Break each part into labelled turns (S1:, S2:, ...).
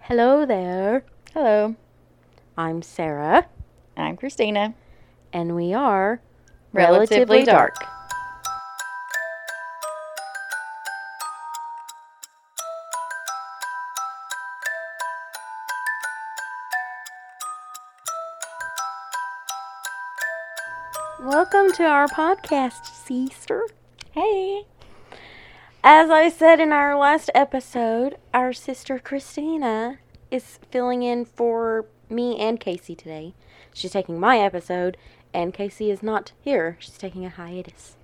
S1: Hello there.
S2: Hello,
S1: I'm Sarah,
S2: I'm Christina.
S1: and we are
S2: Relatively Dark.
S1: Welcome to our podcast, sister.
S2: Hey.
S1: As I said in our last episode, our sister Christina is filling in for me and Casey today. She's taking my episode, and Casey is not here. She's taking a hiatus.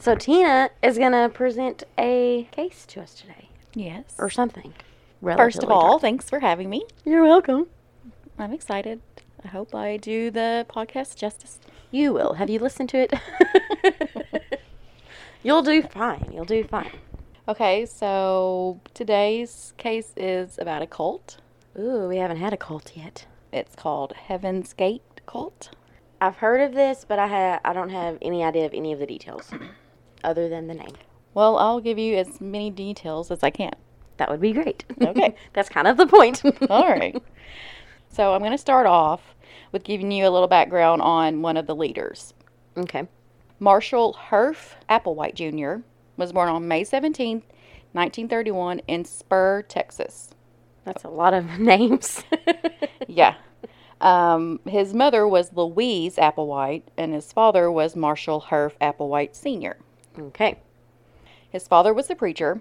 S1: so Tina is going to present a case to us today,
S2: Yes.
S1: or something.
S2: First of
S1: relatively
S2: all,
S1: dark.
S2: thanks for having me.
S1: you're welcome.
S2: I'm excited. I hope I do the podcast justice.
S1: You will. Have you listened to it? You'll do fine. You'll do fine.
S2: Okay, so today's case is about a cult.
S1: Ooh, we haven't had a cult yet.
S2: It's called Heaven's Gate Cult.
S1: I've heard of this, but I ha- I don't have any idea of any of the details other than the name.
S2: Well, I'll give you as many details as I can.
S1: That would be great.
S2: Okay.
S1: That's kind of the point.
S2: All right. so I'm going to start off with giving you a little background on one of the leaders.
S1: Okay.
S2: Marshall Herf Applewhite Jr. was born on May 17, 1931, in Spur, Texas.
S1: That's a lot of names.
S2: Yeah. Um, his mother was Louise Applewhite, and his father was Marshall Herf Applewhite Sr.
S1: okay.
S2: His father was a preacher,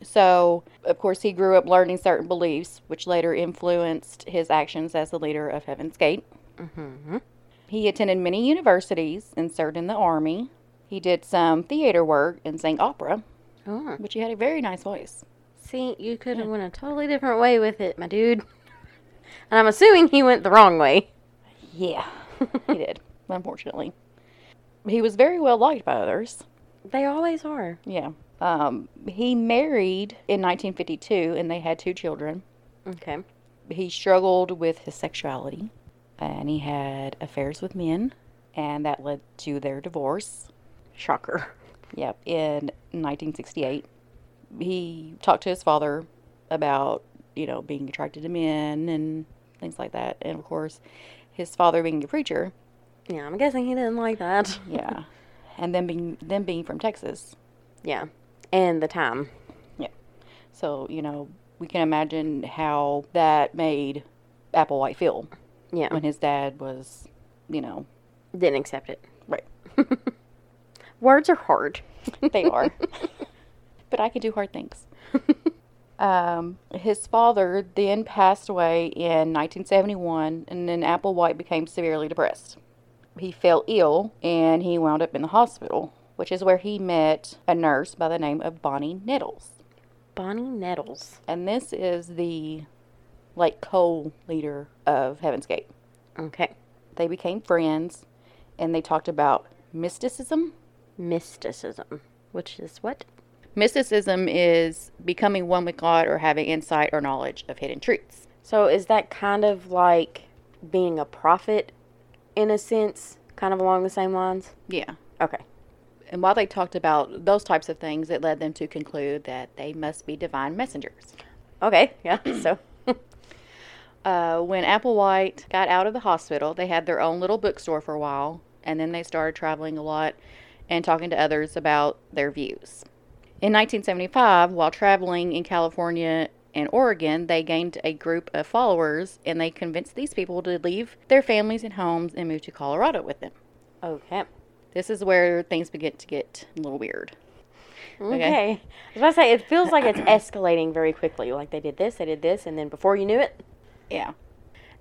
S2: so of course he grew up learning certain beliefs, which later influenced his actions as the leader of Heaven's Gate.
S1: Mhm.
S2: He attended many universities and served in the army. He did some theater work and sang opera,
S1: Oh.
S2: which he had a very nice voice.
S1: See, you could have went a totally different way with it, my dude. And I'm assuming he went the wrong way.
S2: Yeah, he did, unfortunately. He was very well liked by others.
S1: They always are.
S2: Yeah. Um, he married in 1952 and they had two children.
S1: Okay.
S2: He struggled with his sexuality and he had affairs with men, and that led to their divorce.
S1: Shocker.
S2: Yep, in 1968. He talked to his father about, you know, being attracted to men and things like that. And of course, his father being a preacher,
S1: Yeah, I'm guessing he didn't like that.
S2: yeah, and them being them being from Texas,
S1: Yeah. And the time.
S2: So, you know, we can imagine how that made Applewhite feel
S1: Yeah.
S2: when his dad was, you know,
S1: Didn't accept it.
S2: right.
S1: Words are hard.
S2: They are. but I can do hard things. Um, his father then passed away in 1971, and then Applewhite became severely depressed. He fell ill and he wound up in the hospital, which is where he met a nurse by the name of Bonnie Nettles.
S1: Bonnie Nettles.
S2: And this is the like co leader of Heaven's Gate.
S1: Okay.
S2: they became friends and they talked about mysticism.
S1: Mysticism, which is what?
S2: Mysticism is becoming one with God or having insight or knowledge of hidden truths.
S1: So is that kind of like being a prophet in a sense, kind of along the same lines?
S2: Yeah.
S1: Okay.
S2: And while they talked about those types of things, it led them to conclude that they must be divine messengers.
S1: Okay. Yeah. So
S2: Uh, when Applewhite got out of the hospital, they had their own little bookstore for a while, and then they started traveling a lot and talking to others about their views. In 1975, while traveling in California and Oregon, they gained a group of followers and they convinced these people to leave their families and homes and move to Colorado with them.
S1: Okay.
S2: This is where things begin to get a little weird.
S1: Okay. I was about to say it feels like it's escalating very quickly. Like they did this, they did this, and then before you knew it,
S2: Yeah.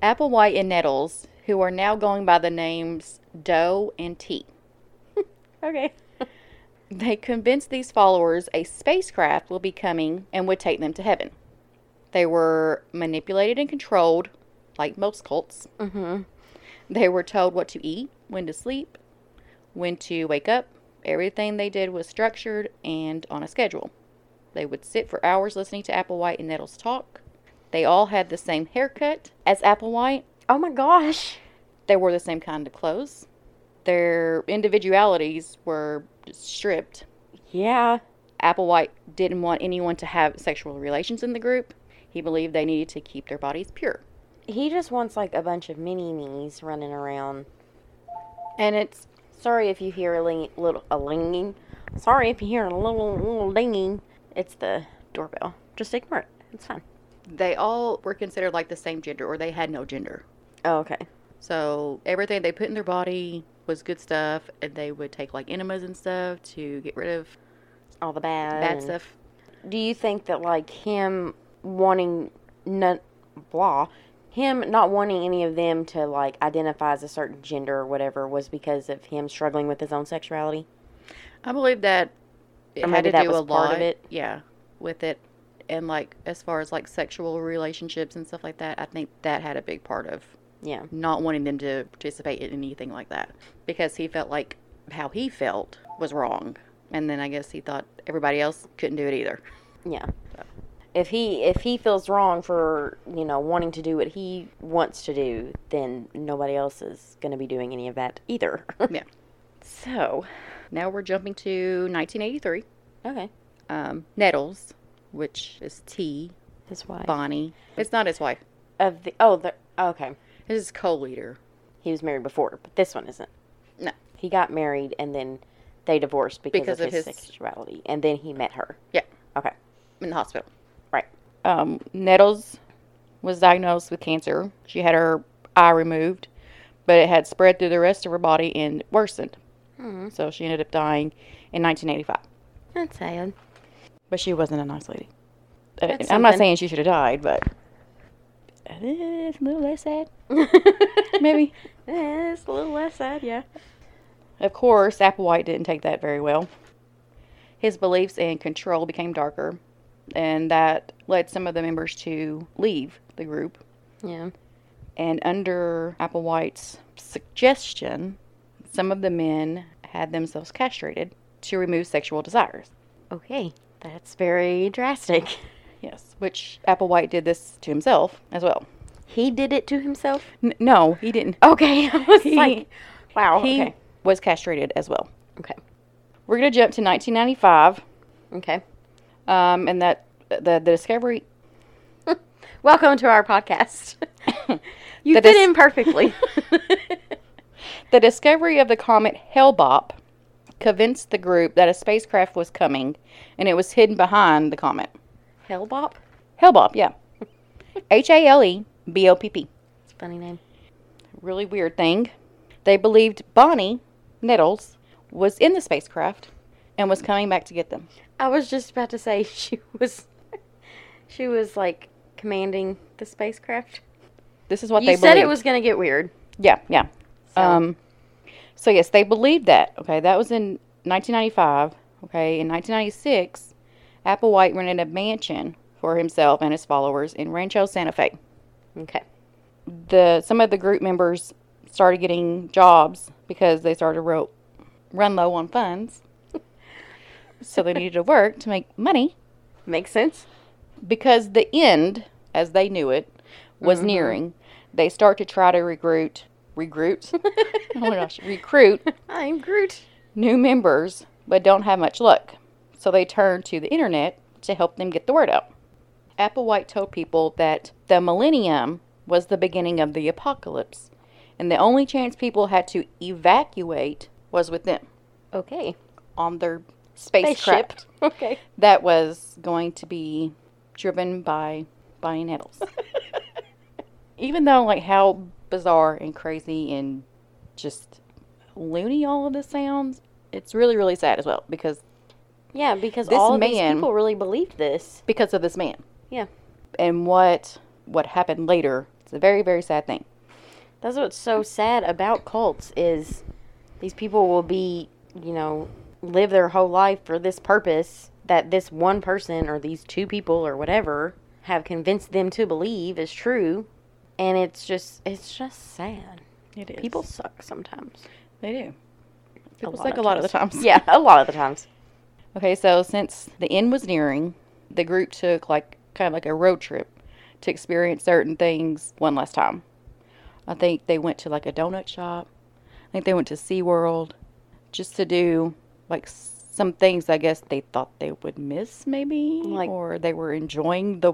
S2: Applewhite and Nettles, who are now going by the names Doe and T.
S1: okay.
S2: They convinced these followers a spacecraft will be coming and would take them to heaven. They were manipulated and controlled, like most cults.
S1: Mhm.
S2: They were told what to eat, when to sleep, when to wake up. Everything they did was structured and on a schedule. They would sit for hours listening to Applewhite and Nettles talk. They all had the same haircut as Applewhite.
S1: Oh my gosh.
S2: They wore the same kind of clothes. Their individualities were stripped
S1: Yeah.
S2: Applewhite didn't want anyone to have sexual relations in the group. He believed they needed to keep their bodies pure.
S1: He just wants like a bunch of mini me's running around.
S2: And it's
S1: Sorry if you hear a ling- little a linging. Sorry if you hear a little little dinging. It's the doorbell. Just ignore it. It's fine.
S2: they all were considered like the same gender or they had no gender.
S1: Oh, okay.
S2: So everything they put in their body was good stuff and they would take like enemas and stuff to get rid of
S1: All the bad.
S2: bad
S1: and-
S2: stuff.
S1: Do you think that like him wanting none, blah, him not wanting any of them to like identify as a certain gender or whatever was because of him struggling with his own sexuality?
S2: I believe that it
S1: Or
S2: had
S1: maybe
S2: to
S1: that
S2: do
S1: was
S2: a
S1: part
S2: lot
S1: of it.
S2: Yeah, with it, and like as far as like sexual relationships and stuff like that, I think that had a big part of
S1: Yeah.
S2: not wanting them to participate in anything like that because he felt like how he felt was wrong, and then I guess he thought everybody else couldn't do it either.
S1: Yeah. If he if he feels wrong for, you know, wanting to do what he wants to do, then nobody else is going to be doing any of that either.
S2: Yeah.
S1: So,
S2: Now we're jumping to 1983.
S1: okay.
S2: Um, Nettles, which is T.
S1: His wife.
S2: Bonnie. It's not his wife.
S1: Of the Oh, the okay.
S2: It's his co-leader.
S1: He was married before, but this one isn't.
S2: No.
S1: He got married and then they divorced because,
S2: Because
S1: of,
S2: of
S1: his,
S2: his-
S1: sexuality. And then he met her.
S2: Yeah,
S1: Okay.
S2: in the hospital.
S1: Right.
S2: um, Nettles was diagnosed with cancer. She had her eye removed, but it had spread through the rest of her body and worsened. So she ended up dying in 1985.
S1: That's sad.
S2: But she wasn't a nice lady. Uh,
S1: That's
S2: I'm not
S1: something.
S2: saying she should have died, but uh, it's a little less sad, maybe.
S1: Eh, it's a little less sad, yeah.
S2: Of course, Applewhite didn't take that very well. His beliefs and control became darker, and that led some of the members to leave the group.
S1: Yeah.
S2: And under Applewhite's suggestion, some of the men had themselves castrated to remove sexual desires.
S1: Okay. That's very drastic.
S2: Yes, which Applewhite did this to himself as well.
S1: He did it to himself?
S2: N- no, he didn't.
S1: Okay. I was
S2: He-
S1: like, wow.
S2: He
S1: okay.
S2: was castrated as well.
S1: Okay.
S2: We're going to jump to 1995,
S1: Okay.
S2: um, and that the, the discovery.
S1: Welcome to our podcast. you
S2: That
S1: fit
S2: is-
S1: in perfectly.
S2: The discovery of the comet Hale-Bopp convinced the group that a spacecraft was coming, and it was hidden behind the comet.
S1: Hellbop?
S2: Hale-Bopp, yeah. H A L E B O P P.
S1: It's a funny name.
S2: really weird thing. They believed Bonnie Nettles was in the spacecraft and was coming back to get them.
S1: I was just about to say she was she was like commanding the spacecraft.
S2: This is what
S1: you
S2: they
S1: said
S2: believed.
S1: it was going to get weird.
S2: yeah, yeah.
S1: So.
S2: Um, so yes, they believed that. Okay, that was in 1995. Okay, in 1996, Applewhite rented a mansion for himself and his followers in Rancho Santa Fe.
S1: Okay.
S2: the some of the group members started getting jobs because they started ro- run low on funds. so they needed to work to make money
S1: Makes sense.
S2: because the end, as they knew it, was nearing. They start to try to recruit recruit oh my gosh, recruit
S1: I'm Groot.
S2: new members, but don't have much luck. So they turn to the internet to help them get the word out. Applewhite told people that the millennium was the beginning of the apocalypse, and the only chance people had to evacuate was with them
S1: Okay.
S2: on their
S1: Spaceship.
S2: spacecraft
S1: Okay.
S2: that was going to be driven by Bonnie Nettles. Even though, like, how bizarre and crazy and just loony all of this sounds, it's really, really sad as well because
S1: Yeah, because
S2: This
S1: all of these
S2: man-
S1: people really believed this.
S2: because of this man
S1: Yeah.
S2: and what what happened later. It's a very, very sad thing.
S1: That's what's so sad about cults is these people will be, you know, live their whole life for this purpose that this one person or these two people or whatever have convinced them to believe is true, and it's just it's just sad.
S2: It is.
S1: People suck sometimes.
S2: they do. People
S1: lot
S2: suck
S1: of
S2: a lot of the times.
S1: Yeah, a lot of the times.
S2: Okay, so since the end was nearing, the group took like kind of like a road trip to experience certain things one last time. I think they went to like a donut shop. I think they went to SeaWorld just to do like s- some things I guess they thought they would miss maybe
S1: Like-
S2: or they were enjoying the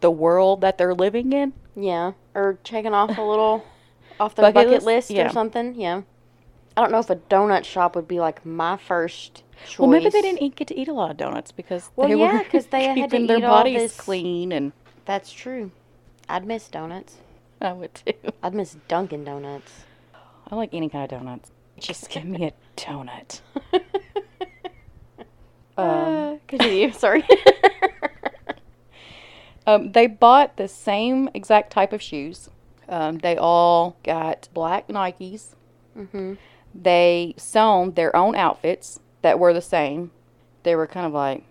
S2: the world that they're living in.
S1: Yeah. Or checking off a little off the
S2: Bucket
S1: bucket,
S2: list?
S1: list,
S2: Yeah.
S1: or something. Yeah. I don't know if a donut shop would be like my first choice.
S2: Well, maybe they didn't eat, get to eat a lot of donuts because
S1: Well,
S2: they
S1: yeah,
S2: were
S1: 'cause they had to
S2: keeping their
S1: eat all
S2: bodies
S1: this-
S2: clean, and
S1: That's true. I'd miss donuts.
S2: I would too.
S1: I'd miss Dunkin' Donuts.
S2: I like any kind of donuts. Just give me a donut. Um,
S1: Uh, continue. Sorry.
S2: um, they bought the same exact type of shoes. Um, they all got black Nikes.
S1: mm-hmm.
S2: They sewn their own outfits that were the same. They were kind of like,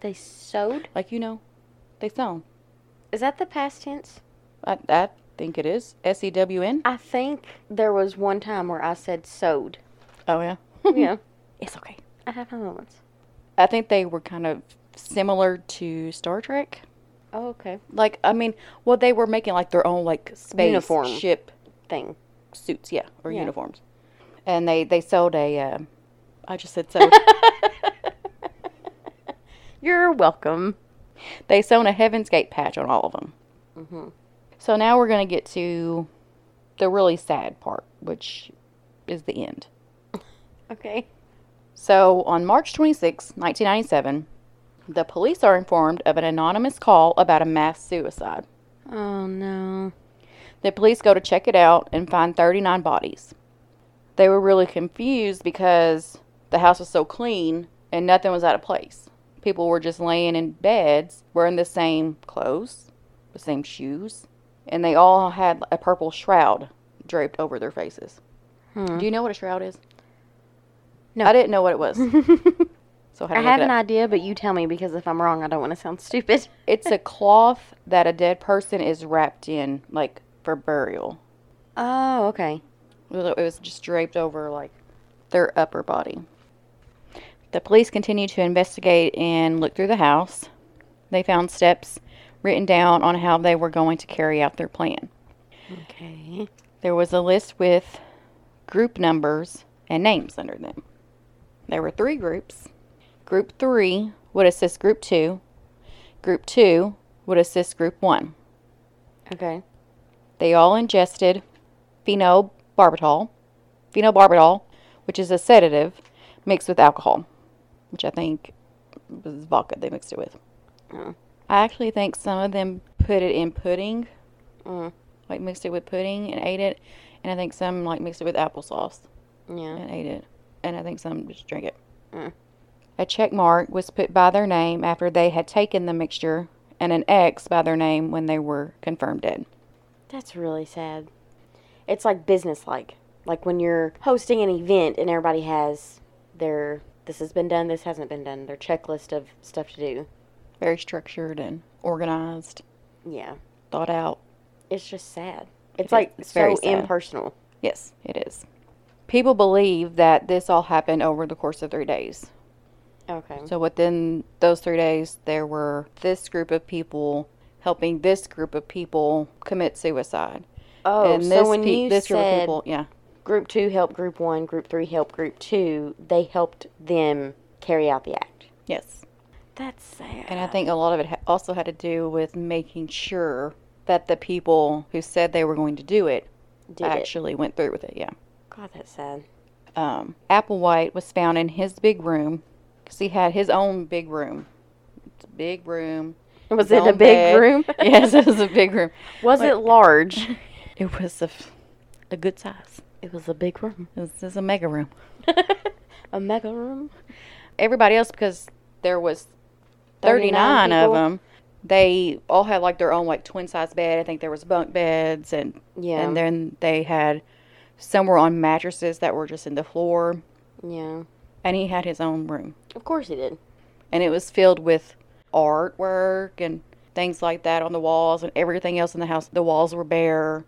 S1: They sewed.
S2: like you know, they sewn.
S1: Is that the past tense?
S2: I, I think it is S E W N.
S1: I think there was one time where I said sewed.
S2: Oh yeah,
S1: yeah.
S2: it's okay.
S1: I have my moments.
S2: I think they were kind of similar to Star Trek.
S1: Oh, okay.
S2: Like I mean, well, they were making like their own like space
S1: Uniform.
S2: ship
S1: Thing.
S2: suits, yeah, or
S1: Yeah.
S2: uniforms. And they they sold a. um I just said sold.
S1: You're welcome.
S2: they sewn a Heaven's Gate patch on all of them.
S1: Mm-hmm.
S2: So now we're gonna get to the really sad part, which is the end.
S1: Okay.
S2: So on March 26, 1997, the police are informed of an anonymous call about a mass suicide.
S1: Oh no.
S2: The police go to check it out and find 39 bodies. They were really confused because the house was so clean and nothing was out of place. People were just laying in beds, wearing the same clothes, the same shoes, and they all had a purple shroud draped over their faces.
S1: Hmm.
S2: Do you know what a shroud is?
S1: No.
S2: I didn't know what it was. So I,
S1: I
S2: had to look
S1: have
S2: it
S1: an
S2: up.
S1: idea, but you tell me because if I'm wrong, I don't want to sound stupid.
S2: It's a cloth that a dead person is wrapped in, like for burial.
S1: Oh, okay.
S2: It was- it was just draped over like their upper body. The police continued to investigate and look through the house. They found steps written down on how they were going to carry out their plan.
S1: Okay.
S2: There was a list with group numbers and names under them. There were three groups. Group 3 would assist Group 2. Group 2 would assist Group 1.
S1: Okay.
S2: They all ingested phenobarbital, phenobarbital, which is a sedative mixed with alcohol, which I think was vodka they mixed it with.
S1: Oh.
S2: I actually think some of them put it in pudding,
S1: Mm.
S2: like mixed it with pudding and ate it, and I think some like mixed it with applesauce
S1: Yeah.
S2: and ate it, and I think some just drank it.
S1: Mm.
S2: A check mark was put by their name after they had taken the mixture, and an X by their name when they were confirmed dead.
S1: That's really sad. It's like business like. Like when you're hosting an event and everybody has their this has been done, this hasn't been done, their checklist of stuff to do.
S2: Very structured and organized.
S1: Yeah.
S2: thought out.
S1: It's just sad. It's
S2: is-
S1: like
S2: it's
S1: so
S2: very sad.
S1: impersonal.
S2: Yes, it is. People believe that this all happened over the course of three days.
S1: Okay.
S2: So within those three days, there were this group of people helping this group of people commit suicide.
S1: oh,
S2: and
S1: so
S2: this
S1: when
S2: pe-
S1: you
S2: this group of
S1: said
S2: people, yeah,
S1: group two helped group one, group three helped group two, they helped them carry out the act.
S2: yes.
S1: That's sad.
S2: And I think a lot of it ha- also had to do with making sure that the people who said they were going to do it
S1: Did it.
S2: actually went through with it. Yeah.
S1: God, that's sad.
S2: um, Applewhite was found in his big room because he had his own big room. It's a big room.
S1: Was
S2: his
S1: it a big
S2: own bed.
S1: room?
S2: yes, it was a big room.
S1: Was
S2: Like-
S1: it large?
S2: It was a, f- a good size.
S1: It was a big room.
S2: It was, it was a mega room.
S1: a mega room.
S2: Everybody else, because there was 39 of
S1: people?
S2: them, they all had like their own like twin size bed. I think there was bunk beds and
S1: Yeah.
S2: and then they had some were on mattresses that were just in the floor.
S1: yeah.
S2: And he had his own room.
S1: Of course he did.
S2: and it was filled with artwork and things like that on the walls and everything else in the house. The walls were bare.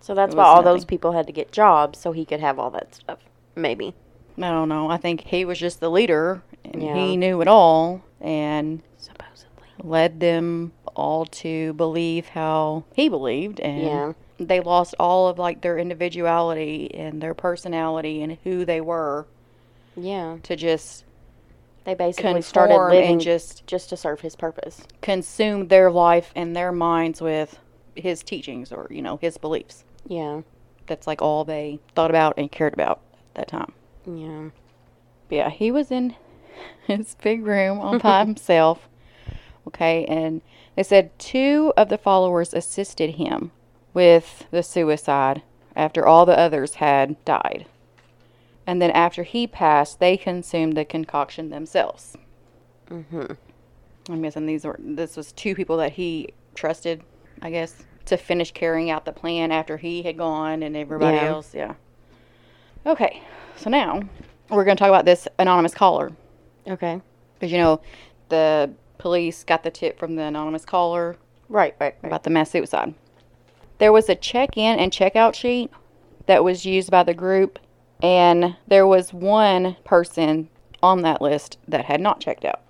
S1: So that's
S2: It
S1: why
S2: was
S1: all those
S2: nothing.
S1: people had to get jobs so he could have all that stuff. Maybe.
S2: I don't know. I think he was just the leader and
S1: Yeah.
S2: he knew it all and
S1: Supposedly.
S2: led them all to believe how he believed and
S1: Yeah.
S2: they lost all of like their individuality and their personality and who they were
S1: Yeah.
S2: to just
S1: They basically
S2: conform
S1: started living
S2: and
S1: just,
S2: just
S1: to serve his purpose.
S2: consume their life and their minds with his teachings or you know his beliefs.
S1: Yeah.
S2: That's like all they thought about and cared about at that time.
S1: Yeah.
S2: yeah, he was in his big room all by himself. Okay, and they said two of the followers assisted him with the suicide after all the others had died. And then after he passed, they consumed the concoction themselves.
S1: Mm-hmm.
S2: I'm guessing these were this was two people that he trusted, I guess, to finish carrying out the plan after he had gone and everybody
S1: Yeah.
S2: else. Yeah. Okay, so now we're going to talk about this anonymous caller
S1: Okay.
S2: because you know the police got the tip from the anonymous caller
S1: Right, right,
S2: about the mass suicide. There was a check-in and check-out sheet that was used by the group, and there was one person on that list that had not checked out.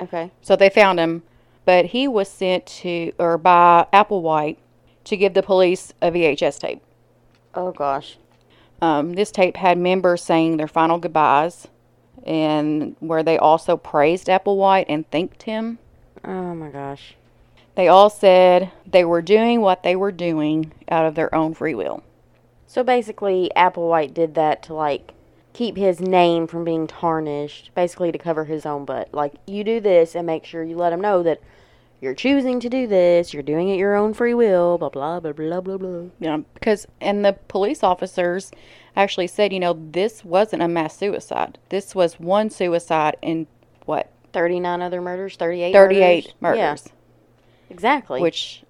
S1: Okay.
S2: So they found him, but he was sent to or by Applewhite to give the police a VHS tape.
S1: Oh gosh.
S2: Um, this tape had members saying their final goodbyes, and where they also praised Applewhite and thanked him.
S1: Oh my gosh.
S2: They all said they were doing what they were doing out of their own free will.
S1: So basically, Applewhite did that to like keep his name from being tarnished, basically to cover his own butt. Like, you do this and make sure you let him know that you're choosing to do this, you're doing it your own free will, blah, blah, blah, blah, blah, blah.
S2: Yeah, because and the police officers actually said, you know, this wasn't a mass suicide. This was one suicide in what
S1: 39 other murders, 38
S2: thirty-eight
S1: murders.
S2: murders,
S1: Yeah, exactly.
S2: which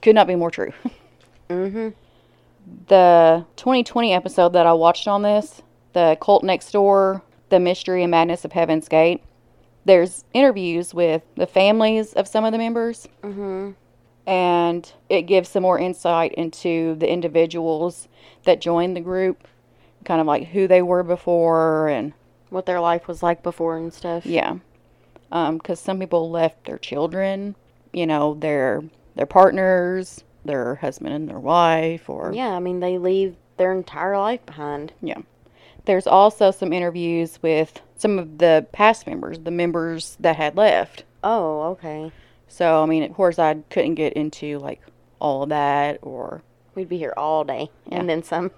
S2: could not be more true.
S1: mm-hmm.
S2: the 2020 episode that I watched on this, the cult next door, the mystery and madness of Heaven's Gate. There's interviews with the families of some of the members,
S1: Mm-hmm.
S2: and it gives some more insight into the individuals that joined the group, kind of like who they were before, and
S1: What their life was like before and stuff.
S2: yeah, because some people left their children, you know, their their partners, their husband and their wife, or
S1: Yeah, I mean, they leave their entire life behind.
S2: Yeah. There's also some interviews with some of the past members, the members that had left.
S1: Oh, okay.
S2: So, I mean, of course, I couldn't get into like all of that or,
S1: We'd be here all day
S2: Yeah.
S1: and then some.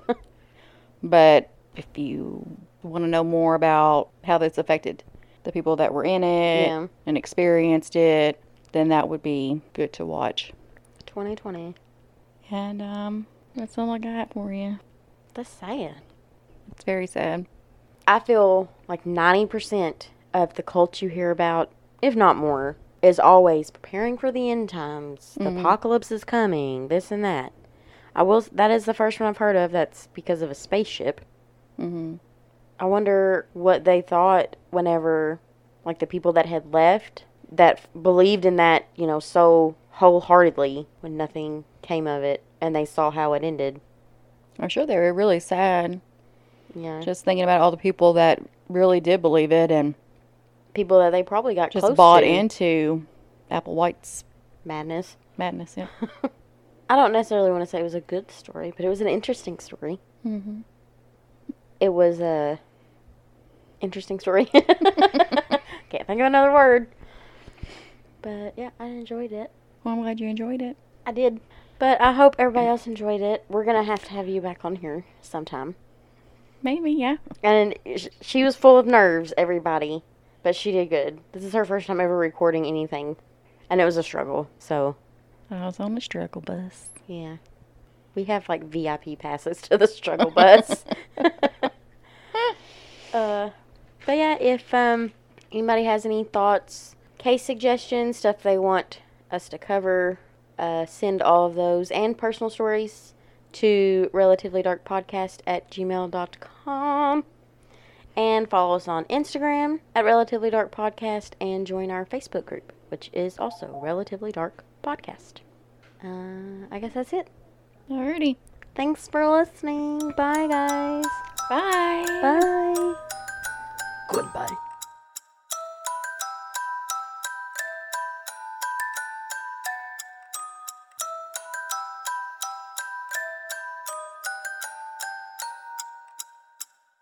S2: but if you want to know more about how this affected the people that were in it
S1: Yeah.
S2: and experienced it, then that would be good to watch.
S1: 2020.
S2: And um, that's all I got for you.
S1: That's sad.
S2: It's very sad.
S1: I feel like 90% of the cult you hear about, if not more, is always preparing for the end times.
S2: Mm-hmm.
S1: The apocalypse is coming, this and that. I will s- that is the first one I've heard of that's because of a spaceship.
S2: hmm
S1: I wonder what they thought whenever like the people that had left that f- believed in that, you know, so wholeheartedly when nothing came of it and they saw how it ended.
S2: I'm sure they were really sad
S1: Yeah.
S2: just thinking about all the people that really did believe it and
S1: people that they probably got
S2: just
S1: close
S2: bought
S1: to.
S2: into Apple White's
S1: madness.
S2: madness. Yeah.
S1: I don't necessarily want to say it was a good story, but it was an interesting story.
S2: mm-hmm.
S1: It was a interesting story. Can't think of another word. But yeah, I enjoyed it.
S2: Well, I'm glad you enjoyed it.
S1: I did. But I hope everybody else enjoyed it. We're gonna have to have you back on here sometime.
S2: Maybe, yeah.
S1: And sh- she was full of nerves, everybody, but she did good. This is her first time ever recording anything, and it was a struggle. So
S2: I was on the struggle bus.
S1: yeah, we have like VIP passes to the struggle bus. Uh, but yeah, if um, anybody has any thoughts, case suggestions, stuff they want us to cover, uh, send all of those and personal stories to relativelydarkpodcast at gmail.com. And follow us on Instagram at Relatively Dark Podcast and join our Facebook group, which is also Relatively Dark Podcast. Uh, I guess that's it.
S2: Alrighty.
S1: Thanks for listening. Bye, guys.
S2: Bye.
S1: Bye.
S3: Goodbye.